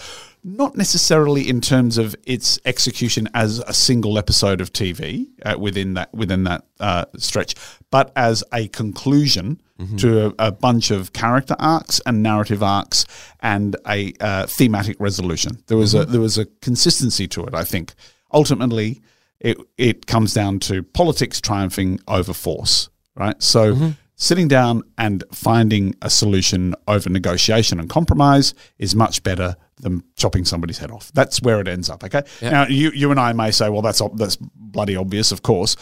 Speaker 1: Not necessarily in terms of its execution as a single episode of TV uh, within that within that uh, stretch, but as a conclusion to a, a bunch of character arcs and narrative arcs and a uh, thematic resolution. There was a there was a consistency to it. I think ultimately it it comes down to politics triumphing over force, right? So sitting down and finding a solution over negotiation and compromise is much better than chopping somebody's head off. That's where it ends up. Okay. Now you you and I may say, well, that's ob- that's bloody obvious, of course.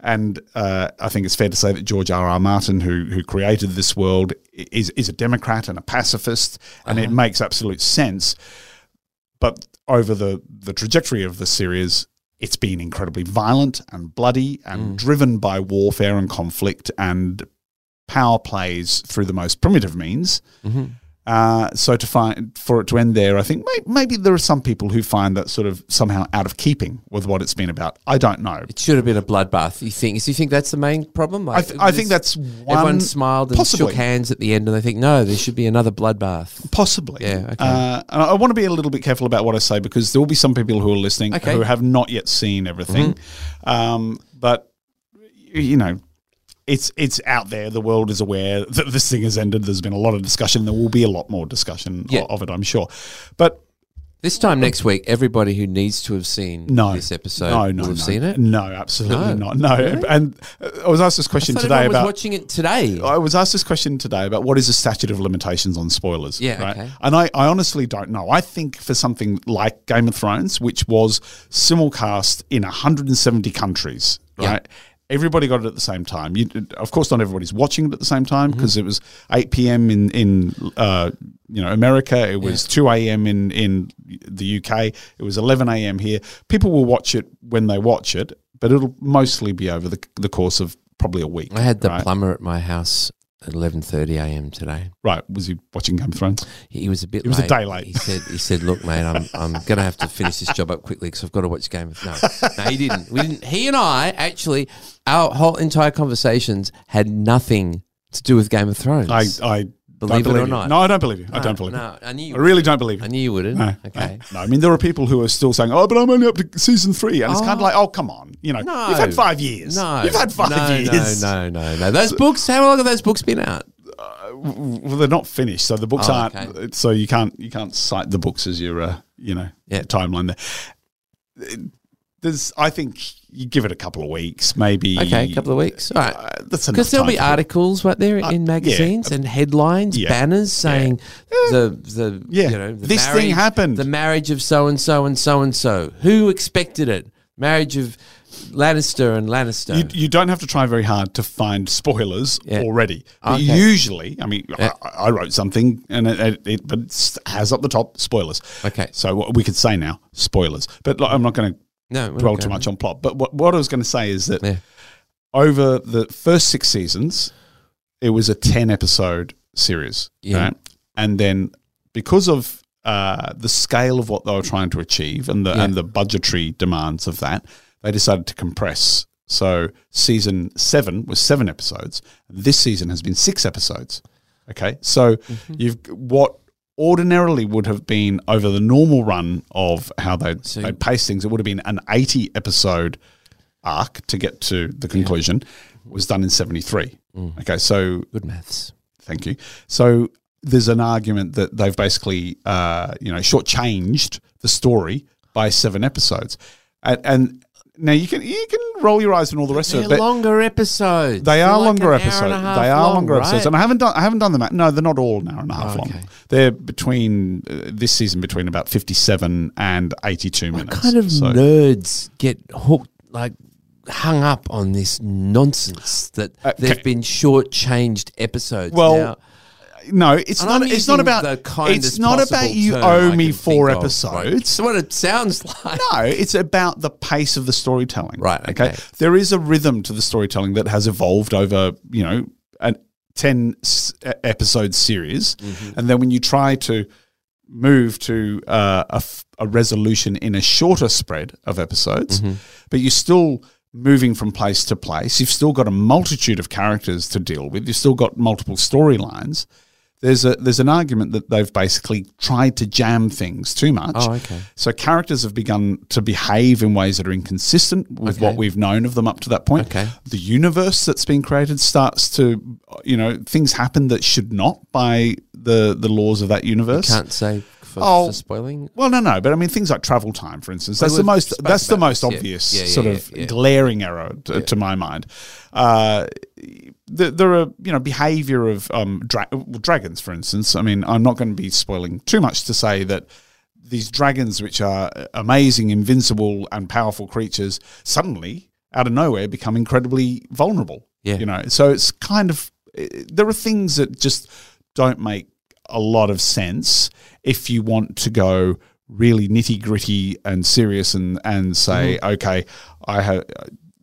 Speaker 1: And uh, I think it's fair to say that George R. R. Martin, who who created this world, i- is is a Democrat and a pacifist, and it makes absolute sense but over the the trajectory of the series it's been incredibly violent and bloody
Speaker 2: Mm.
Speaker 1: and driven by warfare and conflict and power plays through the most primitive means
Speaker 2: Mm-hmm.
Speaker 1: uh, so to find for it to end there i think may, maybe there are some people who find that sort of somehow out of keeping with what it's been about i don't know
Speaker 2: It should have been a bloodbath. You think? So you think that's the main problem?
Speaker 1: i,
Speaker 2: Like,
Speaker 1: th- I think
Speaker 2: this-
Speaker 1: that's one
Speaker 2: everyone smiled and
Speaker 1: possibly.
Speaker 2: shook hands at the end, and they think, no, there should be another bloodbath.
Speaker 1: Possibly.
Speaker 2: Yeah, okay.
Speaker 1: Uh, and I, I want to be a little bit careful about what I say because there will be some people who are listening
Speaker 2: Okay. Mm-hmm.
Speaker 1: who have not yet seen everything. Um, but y- you know, it's it's out there. The world is aware that this thing has ended. There's been a lot of discussion. There will be a lot more discussion
Speaker 2: Yeah.
Speaker 1: o- of it, I'm sure. But
Speaker 2: This time next week, everybody who needs to have seen
Speaker 1: no,
Speaker 2: this episode
Speaker 1: no, no,
Speaker 2: will have
Speaker 1: no.
Speaker 2: seen it.
Speaker 1: No, absolutely
Speaker 2: No.
Speaker 1: not. No. And uh, I was asked this question
Speaker 2: Thought
Speaker 1: today
Speaker 2: everyone was
Speaker 1: about
Speaker 2: watching it today.
Speaker 1: I was asked this question today about what is the statute of limitations on spoilers.
Speaker 2: Yeah, okay.
Speaker 1: And I, I honestly don't know. I think for something like Game of Thrones, which was simulcast in 170 countries,
Speaker 2: Yeah.
Speaker 1: right? everybody got it at the same time. You, of course, not everybody's watching it at the same time
Speaker 2: Mm-hmm.
Speaker 1: because it was 8 p.m. in in uh, you know America. It was 2 a.m. in in the UK. It was 11 a.m. here. People will watch it when they watch it, but it'll mostly be over the the course of probably a week.
Speaker 2: I had the
Speaker 1: right?
Speaker 2: plumber at my house at 11:30 a.m. today.
Speaker 1: right. Was he watching Game of Thrones?
Speaker 2: He he was a bit.
Speaker 1: It was a
Speaker 2: late.
Speaker 1: day late.
Speaker 2: He said, "He said, look, mate, I'm I'm going to have to finish this job up quickly because I've got to watch Game of." No, no, he didn't. We didn't. He and I actually, our whole entire conversations had nothing to do with Game of Thrones.
Speaker 1: I I don't
Speaker 2: Believe it or
Speaker 1: you.
Speaker 2: not.
Speaker 1: No, I don't believe you. I
Speaker 2: No,
Speaker 1: don't believe you.
Speaker 2: No, I knew. You
Speaker 1: I really don't believe you.
Speaker 2: I knew you wouldn't.
Speaker 1: No,
Speaker 2: okay.
Speaker 1: No, I mean, there are people who are still saying, "Oh, but I'm only up to season three. and it's kind of like, "Oh, come on, you know,
Speaker 2: No.
Speaker 1: you've had five years.
Speaker 2: No,
Speaker 1: you've had five
Speaker 2: no,
Speaker 1: years.
Speaker 2: No, no, no, no. Those books. How long have those books been out?
Speaker 1: Well, they're not finished, so the books
Speaker 2: Oh,
Speaker 1: aren't.
Speaker 2: okay.
Speaker 1: So you can't you can't cite the books as your uh, you know
Speaker 2: Yeah.
Speaker 1: timeline there. There's, I think, you give it a couple of weeks, maybe.
Speaker 2: Okay, a couple of weeks. All right.
Speaker 1: Uh, that's enough
Speaker 2: Because there'll
Speaker 1: time
Speaker 2: be
Speaker 1: for-
Speaker 2: articles right there in magazines and headlines,
Speaker 1: Yeah.
Speaker 2: banners saying the the
Speaker 1: Yeah.
Speaker 2: you know the
Speaker 1: This thing happened.
Speaker 2: the marriage of so and so and so and so. Who expected it? Marriage of Lannister and Lannister.
Speaker 1: You, you don't have to try very hard to find spoilers
Speaker 2: Yeah.
Speaker 1: already. But
Speaker 2: Okay.
Speaker 1: Usually, I mean, I, I wrote something and it, it, it but it has up the top spoilers.
Speaker 2: Okay.
Speaker 1: So what we could say now spoilers, but like, I'm not going to
Speaker 2: no, we're
Speaker 1: dwell
Speaker 2: not
Speaker 1: too
Speaker 2: going
Speaker 1: much on plot. But what, what I was going to say is that
Speaker 2: Yeah.
Speaker 1: over the first six seasons, it was a 10 episode series.
Speaker 2: Yeah.
Speaker 1: And then because of uh, the scale of what they were trying to achieve and the,
Speaker 2: Yeah.
Speaker 1: and the budgetary demands of that, they decided to compress. So season seven was seven episodes. This season has been six episodes. Okay. So
Speaker 2: Mm-hmm.
Speaker 1: you've what ordinarily would have been over the normal run of how they
Speaker 2: So-
Speaker 1: they pace things, it would have been an 80 episode arc to get to the conclusion was done in 73.
Speaker 2: Mm.
Speaker 1: Okay, so
Speaker 2: Good maths.
Speaker 1: thank you. So there's an argument that they've basically, uh, you know, shortchanged the story by seven episodes, and, and now you can you can roll your eyes and all the rest of
Speaker 2: They're
Speaker 1: it, but
Speaker 2: longer episodes.
Speaker 1: they
Speaker 2: They're
Speaker 1: are
Speaker 2: like
Speaker 1: longer
Speaker 2: an hour and
Speaker 1: episodes.
Speaker 2: a half
Speaker 1: They are
Speaker 2: long,
Speaker 1: longer episodes,
Speaker 2: right?
Speaker 1: and I haven't done I haven't done them. at- No, they're not all an hour and a half
Speaker 2: Oh,
Speaker 1: long.
Speaker 2: okay.
Speaker 1: They're between uh, this season between about fifty-seven and eighty-two minutes.
Speaker 2: kind of
Speaker 1: So-
Speaker 2: nerds get hooked, like hung up on this nonsense that
Speaker 1: Uh, Okay.
Speaker 2: they've been shortchanged episodes.
Speaker 1: Well,
Speaker 2: now.
Speaker 1: No, it's
Speaker 2: And
Speaker 1: not.
Speaker 2: I'm
Speaker 1: It's not
Speaker 2: using
Speaker 1: about.
Speaker 2: the kindest
Speaker 1: It's not
Speaker 2: possible
Speaker 1: about you
Speaker 2: term
Speaker 1: owe
Speaker 2: I
Speaker 1: me
Speaker 2: can
Speaker 1: four
Speaker 2: think of, right?
Speaker 1: episodes.
Speaker 2: That's what it sounds like.
Speaker 1: No, it's about the pace of the storytelling.
Speaker 2: Right, okay.
Speaker 1: There is a rhythm to the storytelling that has evolved over, you know, a 10 s- e- episode series.
Speaker 2: Mm-hmm.
Speaker 1: And then when you try to move to uh, a, f- a resolution in a shorter spread of episodes,
Speaker 2: Mm-hmm.
Speaker 1: but you're still moving from place to place, you've still got a multitude of characters to deal with, you've still got multiple storylines. There's a there's an argument that they've basically tried to jam things too much.
Speaker 2: Oh, okay.
Speaker 1: So characters have begun to behave in ways that are inconsistent with what
Speaker 2: Okay.
Speaker 1: we've known of them up to that point.
Speaker 2: Okay.
Speaker 1: The universe that's been created starts to, you know, things happen that should not by the the laws of that universe.
Speaker 2: Can't say for,
Speaker 1: Oh,
Speaker 2: for spoiling.
Speaker 1: Well, no, no, but I mean things like travel time, for instance. That's the
Speaker 2: we've
Speaker 1: most.
Speaker 2: spoke
Speaker 1: That's the
Speaker 2: about
Speaker 1: most
Speaker 2: this, yeah.
Speaker 1: obvious
Speaker 2: Yeah, yeah,
Speaker 1: sort
Speaker 2: yeah,
Speaker 1: of
Speaker 2: yeah.
Speaker 1: glaring error to, to my mind. Uh, th- there are you know behavior of um, dra- well, dragons, for instance. I mean, I'm not going to be spoiling too much to say that these dragons, which are uh, amazing, invincible, and powerful creatures, suddenly out of nowhere become incredibly vulnerable.
Speaker 2: Yeah.
Speaker 1: you know. So it's kind of eh, there are things that just don't make a lot of sense if you want to go really nitty gritty and serious and and say okay I have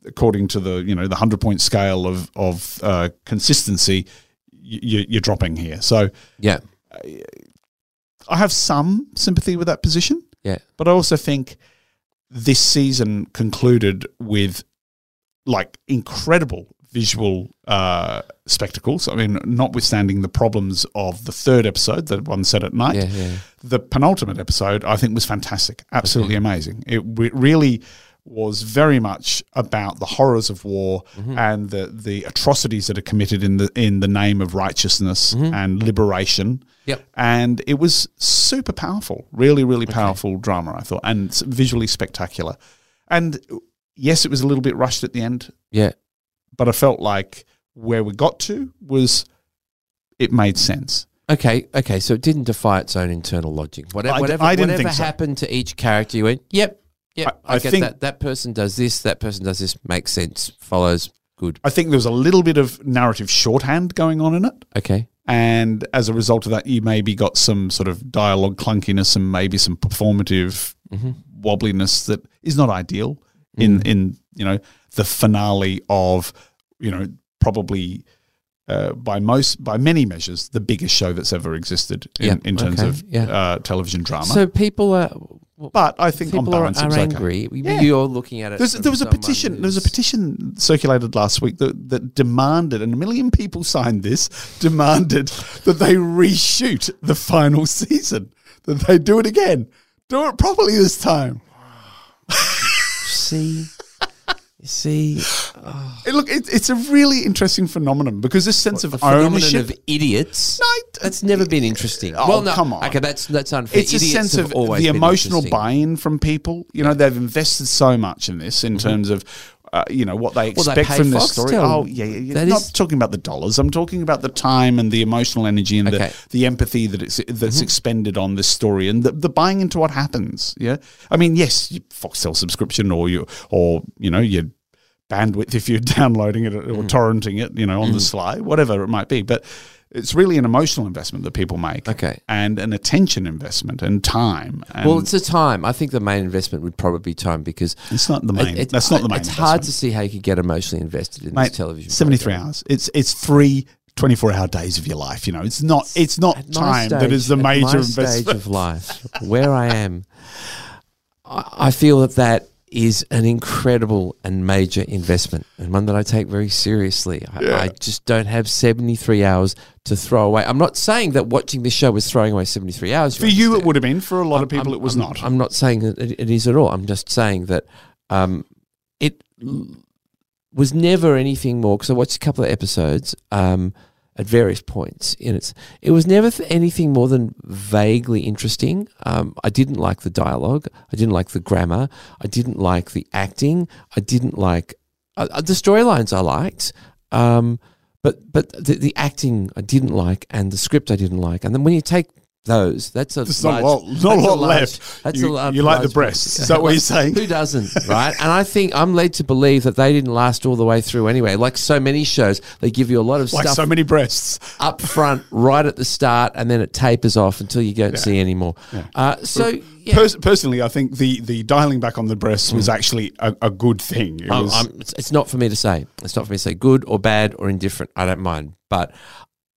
Speaker 1: according to the you know the hundred point scale of of uh, consistency y- you, you're dropping here so
Speaker 2: Yeah,
Speaker 1: I have some sympathy with that position
Speaker 2: yeah.
Speaker 1: but I also think this season concluded with like incredible visual uh, spectacles. I mean, notwithstanding the problems of the third episode, the one set at night,
Speaker 2: Yeah, yeah.
Speaker 1: the penultimate episode I think was fantastic, absolutely amazing. It re- really was very much about the horrors of war
Speaker 2: Mm-hmm.
Speaker 1: and the the atrocities that are committed in the in the name of righteousness
Speaker 2: Mm-hmm.
Speaker 1: and liberation
Speaker 2: Yep.
Speaker 1: and it was super powerful, really, really powerful drama. I thought, and s- visually spectacular. And yes, it was a little bit rushed at the end,
Speaker 2: Yeah.
Speaker 1: but I felt like where we got to was it made sense.
Speaker 2: Okay, okay. So it didn't defy its own internal logic. Whatever,
Speaker 1: I d-
Speaker 2: whatever,
Speaker 1: I didn't
Speaker 2: whatever
Speaker 1: think so.
Speaker 2: happened to each character, you went, "Yep, yeah, I,
Speaker 1: I
Speaker 2: get
Speaker 1: think-
Speaker 2: that. That person does this. That person does this. Makes sense. Follows. Good.
Speaker 1: I think there was a little bit of narrative shorthand going on in it.
Speaker 2: Okay.
Speaker 1: And as a result of that, you maybe got some sort of dialogue clunkiness and maybe some performative
Speaker 2: Mm-hmm.
Speaker 1: wobbliness that is not ideal
Speaker 2: Mm.
Speaker 1: in, in you know, the finale of, you know, probably uh, by most, by many measures, the biggest show that's ever existed in,
Speaker 2: Yeah,
Speaker 1: in terms
Speaker 2: okay,
Speaker 1: of
Speaker 2: yeah.
Speaker 1: uh, television drama.
Speaker 2: So people are.
Speaker 1: but I think on
Speaker 2: people are,
Speaker 1: balance, it
Speaker 2: are
Speaker 1: was okay.
Speaker 2: angry. We-
Speaker 1: Yeah.
Speaker 2: You're looking at it.
Speaker 1: There's,
Speaker 2: from
Speaker 1: there was a
Speaker 2: someone
Speaker 1: petition. There was a
Speaker 2: who's-
Speaker 1: petition circulated last week that, that demanded, and a million people signed this, demanded that they reshoot the final season, that they do it again, do it properly this time.
Speaker 2: See, see,
Speaker 1: It, look, it, it's a really interesting phenomenon because this sense
Speaker 2: the
Speaker 1: of
Speaker 2: phenomenon
Speaker 1: ownership.
Speaker 2: of idiots.
Speaker 1: No, it-
Speaker 2: that's never been interesting.
Speaker 1: Oh,
Speaker 2: well, no,
Speaker 1: come on.
Speaker 2: Okay, that's that's unfair.
Speaker 1: it's a
Speaker 2: Idiots
Speaker 1: sense
Speaker 2: have
Speaker 1: of
Speaker 2: always
Speaker 1: the
Speaker 2: been
Speaker 1: emotional
Speaker 2: interesting.
Speaker 1: buy-in from people. You know, they've invested so much in this in terms of. Uh, you know what they
Speaker 2: Mm-hmm. Well, they
Speaker 1: expect
Speaker 2: pay
Speaker 1: from this
Speaker 2: Foxtel.
Speaker 1: story. Oh, yeah, yeah, yeah.
Speaker 2: That
Speaker 1: not
Speaker 2: is-
Speaker 1: talking about the dollars. I'm talking about the time and the emotional energy and
Speaker 2: Okay. Mm-hmm.
Speaker 1: the, the empathy that it's that's expended on this story and the, the buying into what happens. Yeah, I mean, yes, your Foxtel subscription or you or you know your bandwidth if you're downloading it or
Speaker 2: Mm.
Speaker 1: torrenting it, you know, on the sly, whatever it might be, but. It's really an emotional investment that people make
Speaker 2: Okay.
Speaker 1: and an attention investment and time. And
Speaker 2: Well,
Speaker 1: it's,
Speaker 2: it's a time. I think the main investment would probably be time because
Speaker 1: not the
Speaker 2: it-
Speaker 1: main.
Speaker 2: it-
Speaker 1: that's not the main.
Speaker 2: It's hard to see how you could get emotionally invested in this television.
Speaker 1: Seventy three
Speaker 2: program.
Speaker 1: hours. It's it's three. 24 hour days of your life you know it's not it's not
Speaker 2: At my
Speaker 1: time that is the
Speaker 2: stage- at
Speaker 1: major
Speaker 2: my stage
Speaker 1: investment
Speaker 2: of life, where I am, I, I feel that that is an incredible and major investment and one that I take very seriously. I, I just don't have 73 hours to throw away. I'm not saying that watching this show was throwing away 73 hours.
Speaker 1: for you it
Speaker 2: understand.
Speaker 1: would have been for a lot of people
Speaker 2: I'm-
Speaker 1: it was
Speaker 2: I'm-
Speaker 1: not
Speaker 2: I'm not saying that it, it is at all. I'm just saying that um, it l- was never anything more. Because I watched a couple of episodes um, at various points in its. It was never th- anything more than vaguely interesting. Um, I didn't like the dialogue. I didn't like the grammar. I didn't like the acting. I didn't like uh, uh, the storylines. I liked. Um, but but the, the acting I didn't like, and the script I didn't like, and then when you take those, that's a
Speaker 1: There's not a
Speaker 2: large-
Speaker 1: lot- not a
Speaker 2: that's
Speaker 1: lot
Speaker 2: large-
Speaker 1: left.
Speaker 2: That's
Speaker 1: You-
Speaker 2: a large,
Speaker 1: you like the
Speaker 2: large-
Speaker 1: breasts. Is that what you're saying?
Speaker 2: Who doesn't, right? and I think I'm led to believe that they didn't last all the way through anyway. Like so many shows, they give you a lot of
Speaker 1: like
Speaker 2: stuff
Speaker 1: so many breasts
Speaker 2: up front, right at the start, and then it tapers off until you don't see anymore. Uh, so yeah,
Speaker 1: Pers- personally I think the the dialing back on the breasts was actually a, a good thing it
Speaker 2: I'm-
Speaker 1: was,
Speaker 2: Oh, I'm- it's, it's not for me to say. It's not for me to say good or bad or indifferent. I don't mind, but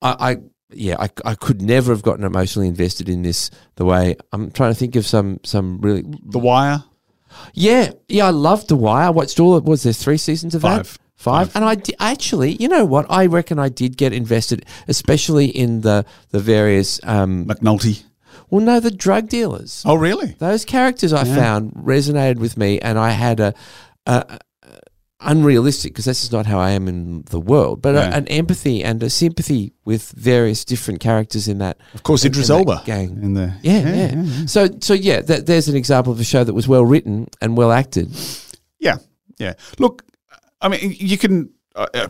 Speaker 2: I, I yeah, I, I could never have gotten emotionally invested in this the way I'm trying to think of some some really
Speaker 1: the wire
Speaker 2: yeah yeah. I loved The Wire. I watched all of was there three seasons of
Speaker 1: Five.
Speaker 2: that. Five. and I di- actually, you know what? I reckon I did get invested, especially in the the various. Um,
Speaker 1: McNulty
Speaker 2: well, no, the drug dealers
Speaker 1: oh really
Speaker 2: those characters I found resonated with me, and I had a, a, a- unrealistic because that's just not how I am in the world, but a,
Speaker 1: Yeah.
Speaker 2: an empathy and a sympathy with various different characters in that.
Speaker 1: of course
Speaker 2: in- in
Speaker 1: Idris
Speaker 2: that
Speaker 1: Elba
Speaker 2: gang.
Speaker 1: in the
Speaker 2: Yeah, yeah. So, so yeah, that, there's an example of a show that was well written and well acted.
Speaker 1: Yeah, yeah. Look, I mean, you can uh, uh,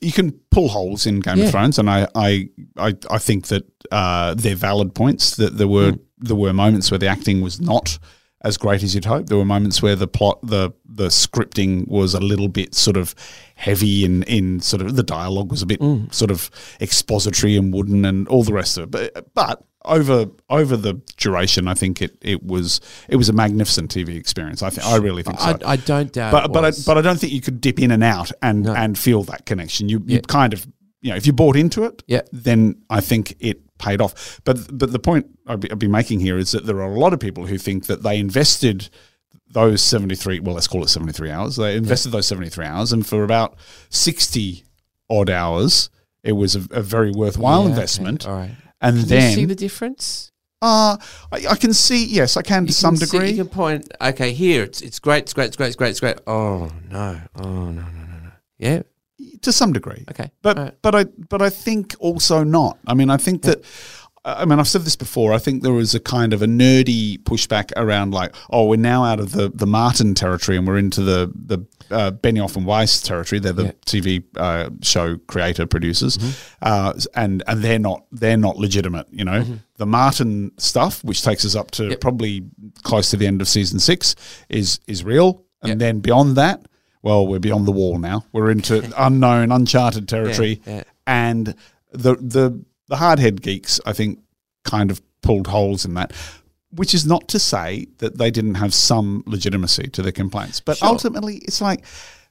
Speaker 1: you can pull holes in Game
Speaker 2: Yeah.
Speaker 1: of Thrones, and I I I, I think that uh, they're valid points. That there
Speaker 2: Mm.
Speaker 1: were there were moments where the acting was not as great as you'd hope. There were moments where the plot, the the scripting was a little bit sort of heavy, and in sort of the dialogue was a bit
Speaker 2: Mm.
Speaker 1: sort of expository and wooden, and all the rest of it. But, but over over the duration, I think it, it was it was a magnificent TV experience. I think I really think so
Speaker 2: I, I don't doubt.
Speaker 1: but
Speaker 2: it
Speaker 1: but I,
Speaker 2: was.
Speaker 1: but I don't think you could dip in and out and and feel that connection. You you kind of you know if you bought into it,
Speaker 2: Yeah.
Speaker 1: then I think it paid off. But but the point I'd be, I'd be making here is that there are a lot of people who think that they invested those seventy three well let's call it seventy three hours. They invested those seventy three hours, and for about sixty odd hours, it was a, a very worthwhile
Speaker 2: Yeah, okay,
Speaker 1: investment.
Speaker 2: all right.
Speaker 1: And
Speaker 2: Can
Speaker 1: then
Speaker 2: you see the difference?
Speaker 1: uh, I, I can see yes, I can to
Speaker 2: You
Speaker 1: some
Speaker 2: can see-
Speaker 1: degree.
Speaker 2: you can point. Okay, here it's it's great, it's great, it's great, it's great, it's great. Oh no, oh no, no, no, no. Yeah,
Speaker 1: to some degree.
Speaker 2: Okay.
Speaker 1: But
Speaker 2: All right.
Speaker 1: but I but I think also not. I mean, I think that I mean, I've said this before. I think there was a kind of a nerdy pushback around, like, oh, we're now out of the, the Martin territory and we're into the the uh, Benioff and Weiss territory. They're the
Speaker 2: Yeah. Mm-hmm.
Speaker 1: TV uh, show creator producers, uh, and and they're not they're not legitimate. You know, the Martin stuff, which takes us up to probably close to the end of season six, is is real, and
Speaker 2: Yeah.
Speaker 1: then beyond that, well, we're beyond the wall now. We're into unknown, uncharted territory,
Speaker 2: yeah.
Speaker 1: and the the the hardhead geeks, I think, kind of pulled holes in that. Which is not to say that they didn't have some legitimacy to their complaints, but
Speaker 2: Sure. Mm-hmm.
Speaker 1: ultimately, it's like,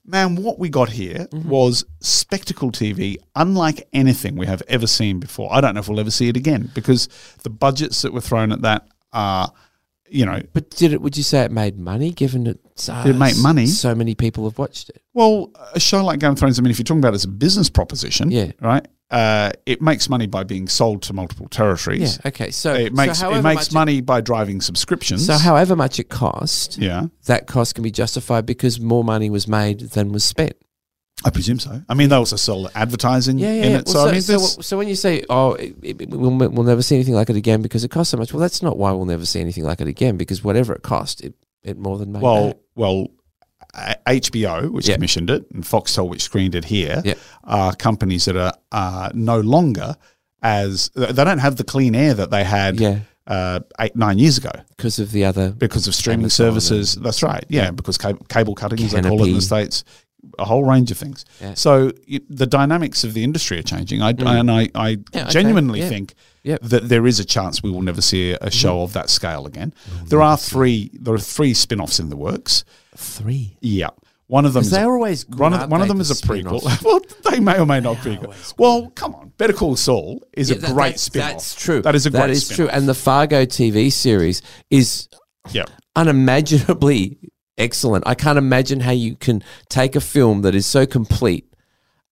Speaker 1: man, what we got here was spectacle TV, unlike anything we have ever seen before. I don't know if we'll ever see it again because the budgets that were thrown at that are, you know,
Speaker 2: But did it? Would you say it made money? Given it,
Speaker 1: Did it make money?
Speaker 2: So many people have watched it.
Speaker 1: Well, a show like Game of Thrones, I mean, if you're talking about it as a business proposition,
Speaker 2: Yeah.
Speaker 1: right, uh, it makes money by being sold to multiple
Speaker 2: Yeah.
Speaker 1: territories.
Speaker 2: Okay. So
Speaker 1: It makes
Speaker 2: so
Speaker 1: it
Speaker 2: however
Speaker 1: makes
Speaker 2: much
Speaker 1: money by driving subscriptions.
Speaker 2: so however much it cost,
Speaker 1: yeah,
Speaker 2: that cost can be justified because more money was made than was spent.
Speaker 1: I presume so. I mean, they also sell advertising
Speaker 2: Yeah, yeah.
Speaker 1: in
Speaker 2: yeah.
Speaker 1: it.
Speaker 2: Well,
Speaker 1: so, I mean,
Speaker 2: so,
Speaker 1: there's-
Speaker 2: so, so when you say, "Oh, it, it, we'll, we'll never see anything like it again because it cost so much," well, that's not why we'll never see anything like it again because whatever it cost, it, it more than made.
Speaker 1: well,
Speaker 2: back.
Speaker 1: well, uh, HBO, which
Speaker 2: Yeah.
Speaker 1: commissioned it, and Foxtel, which screened it here,
Speaker 2: Yeah.
Speaker 1: are companies that are, are no longer as they don't have the clean air that they had
Speaker 2: yeah,
Speaker 1: uh, eight nine years ago.
Speaker 2: because of the other.
Speaker 1: because of streaming
Speaker 2: Amazon
Speaker 1: services. That's right. Yeah, because cable, cable cutting, as they call it in
Speaker 2: Canopy.
Speaker 1: the states, a whole range of things.
Speaker 2: Yeah. Mm.
Speaker 1: So y the dynamics of the industry are changing. I and I, I
Speaker 2: Yeah, okay.
Speaker 1: genuinely
Speaker 2: Yeah.
Speaker 1: think
Speaker 2: Yep. Mm-hmm.
Speaker 1: that there is a chance we will never see a, a show of that scale again. There are three. There are three spin-offs in the works.
Speaker 2: Three.
Speaker 1: Yeah. One of them. Is
Speaker 2: They're
Speaker 1: a,
Speaker 2: always good,
Speaker 1: one of,
Speaker 2: aren't
Speaker 1: one of
Speaker 2: they,
Speaker 1: them
Speaker 2: the
Speaker 1: is a
Speaker 2: spin-offs?
Speaker 1: prequel. well, they may or may not be. Well, come on. Better Call Saul is
Speaker 2: Yeah,
Speaker 1: a
Speaker 2: that-
Speaker 1: great
Speaker 2: that-
Speaker 1: spin-off.
Speaker 2: That's true.
Speaker 1: That is a
Speaker 2: That
Speaker 1: great
Speaker 2: is
Speaker 1: spin-off.
Speaker 2: true. And the Fargo TV series is
Speaker 1: Yeah.
Speaker 2: unimaginably excellent. I can't imagine how you can take a film that is so complete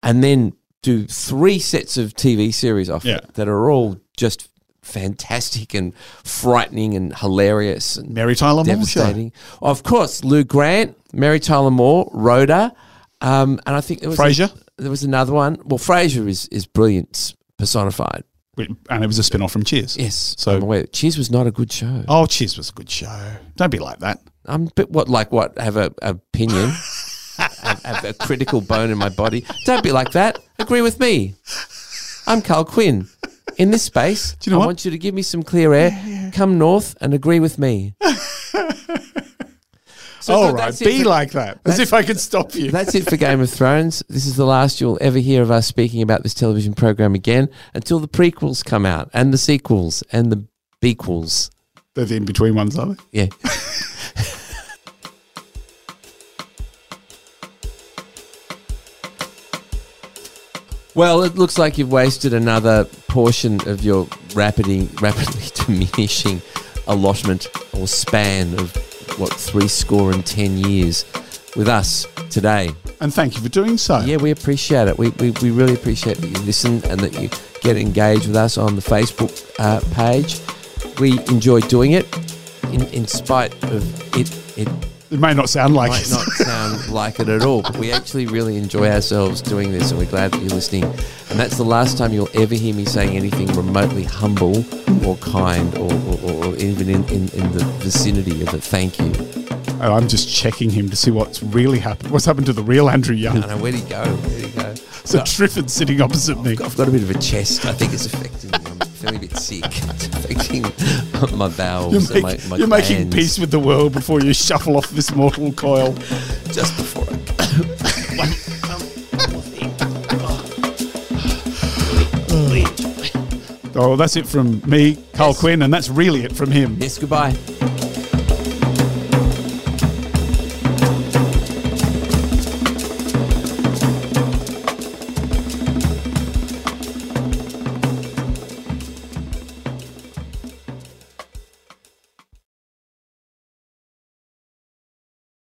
Speaker 2: and then do three sets of TV series off
Speaker 1: Yeah.
Speaker 2: it that are all just fantastic and frightening and hilarious and
Speaker 1: Mary Tyler Moore. Show.
Speaker 2: devastating. Of course, Lou Grant, Mary Tyler Moore, Rhoda, um, and I think there was
Speaker 1: Frasier?
Speaker 2: there was another one. Well, Frasier is is brilliance personified.
Speaker 1: and it was a spin-off from Cheers.
Speaker 2: Yes,
Speaker 1: So-
Speaker 2: so I'm aware. Cheers was not a good show.
Speaker 1: Oh, Cheers was a good show. Don't be like that.
Speaker 2: I'm a bit what like what have a opinion, have, have a critical bone in my body. Don't be like that. Agree with me. I'm Carl Quinn. In this space,
Speaker 1: you know
Speaker 2: I
Speaker 1: what?
Speaker 2: want you to give me some clear air. Come north and agree with me. So
Speaker 1: All
Speaker 2: th-
Speaker 1: right,
Speaker 2: that's it
Speaker 1: be
Speaker 2: for-
Speaker 1: like that. As if I could stop you.
Speaker 2: That's it for Game of Thrones. This is the last you'll ever hear of us speaking about this television program again until the prequels come out and the sequels and the bequels.
Speaker 1: They're the in between ones, are they?
Speaker 2: Yeah. well, it looks like you've wasted another portion of your rapidly, rapidly diminishing allotment or span of what three score and ten years with us today.
Speaker 1: And thank you for doing so.
Speaker 2: Yeah, we appreciate it. We, we, we really appreciate that you listen and that you get engaged with us on the Facebook uh, page. We enjoy doing it, in, in spite of it. It
Speaker 1: It may not sound like
Speaker 2: might
Speaker 1: it.
Speaker 2: not sound like it at all, but we actually really enjoy ourselves doing this, and we're glad that you're listening. And that's the last time you'll ever hear me saying anything remotely humble or kind or, or, or even in, in, in the vicinity of a thank you.
Speaker 1: Oh, I'm just checking him to see what's really happened. What's happened to the real Andrew
Speaker 2: I
Speaker 1: Young?
Speaker 2: don't know where'd he go. Where'd he go?
Speaker 1: So Trifford's sitting opposite me.
Speaker 2: I've got a bit of a chest. I think it's affecting. I'm feeling a bit sick. It's affecting my
Speaker 1: You're,
Speaker 2: bowels
Speaker 1: making-
Speaker 2: and my, my
Speaker 1: you're making
Speaker 2: glands
Speaker 1: peace with the world before you shuffle off this mortal coil.
Speaker 2: just before. I...
Speaker 1: Oh, that's it from me, Carl
Speaker 2: Yes.
Speaker 1: Oh, Quinn, and that's really it from him.
Speaker 2: Yes, goodbye.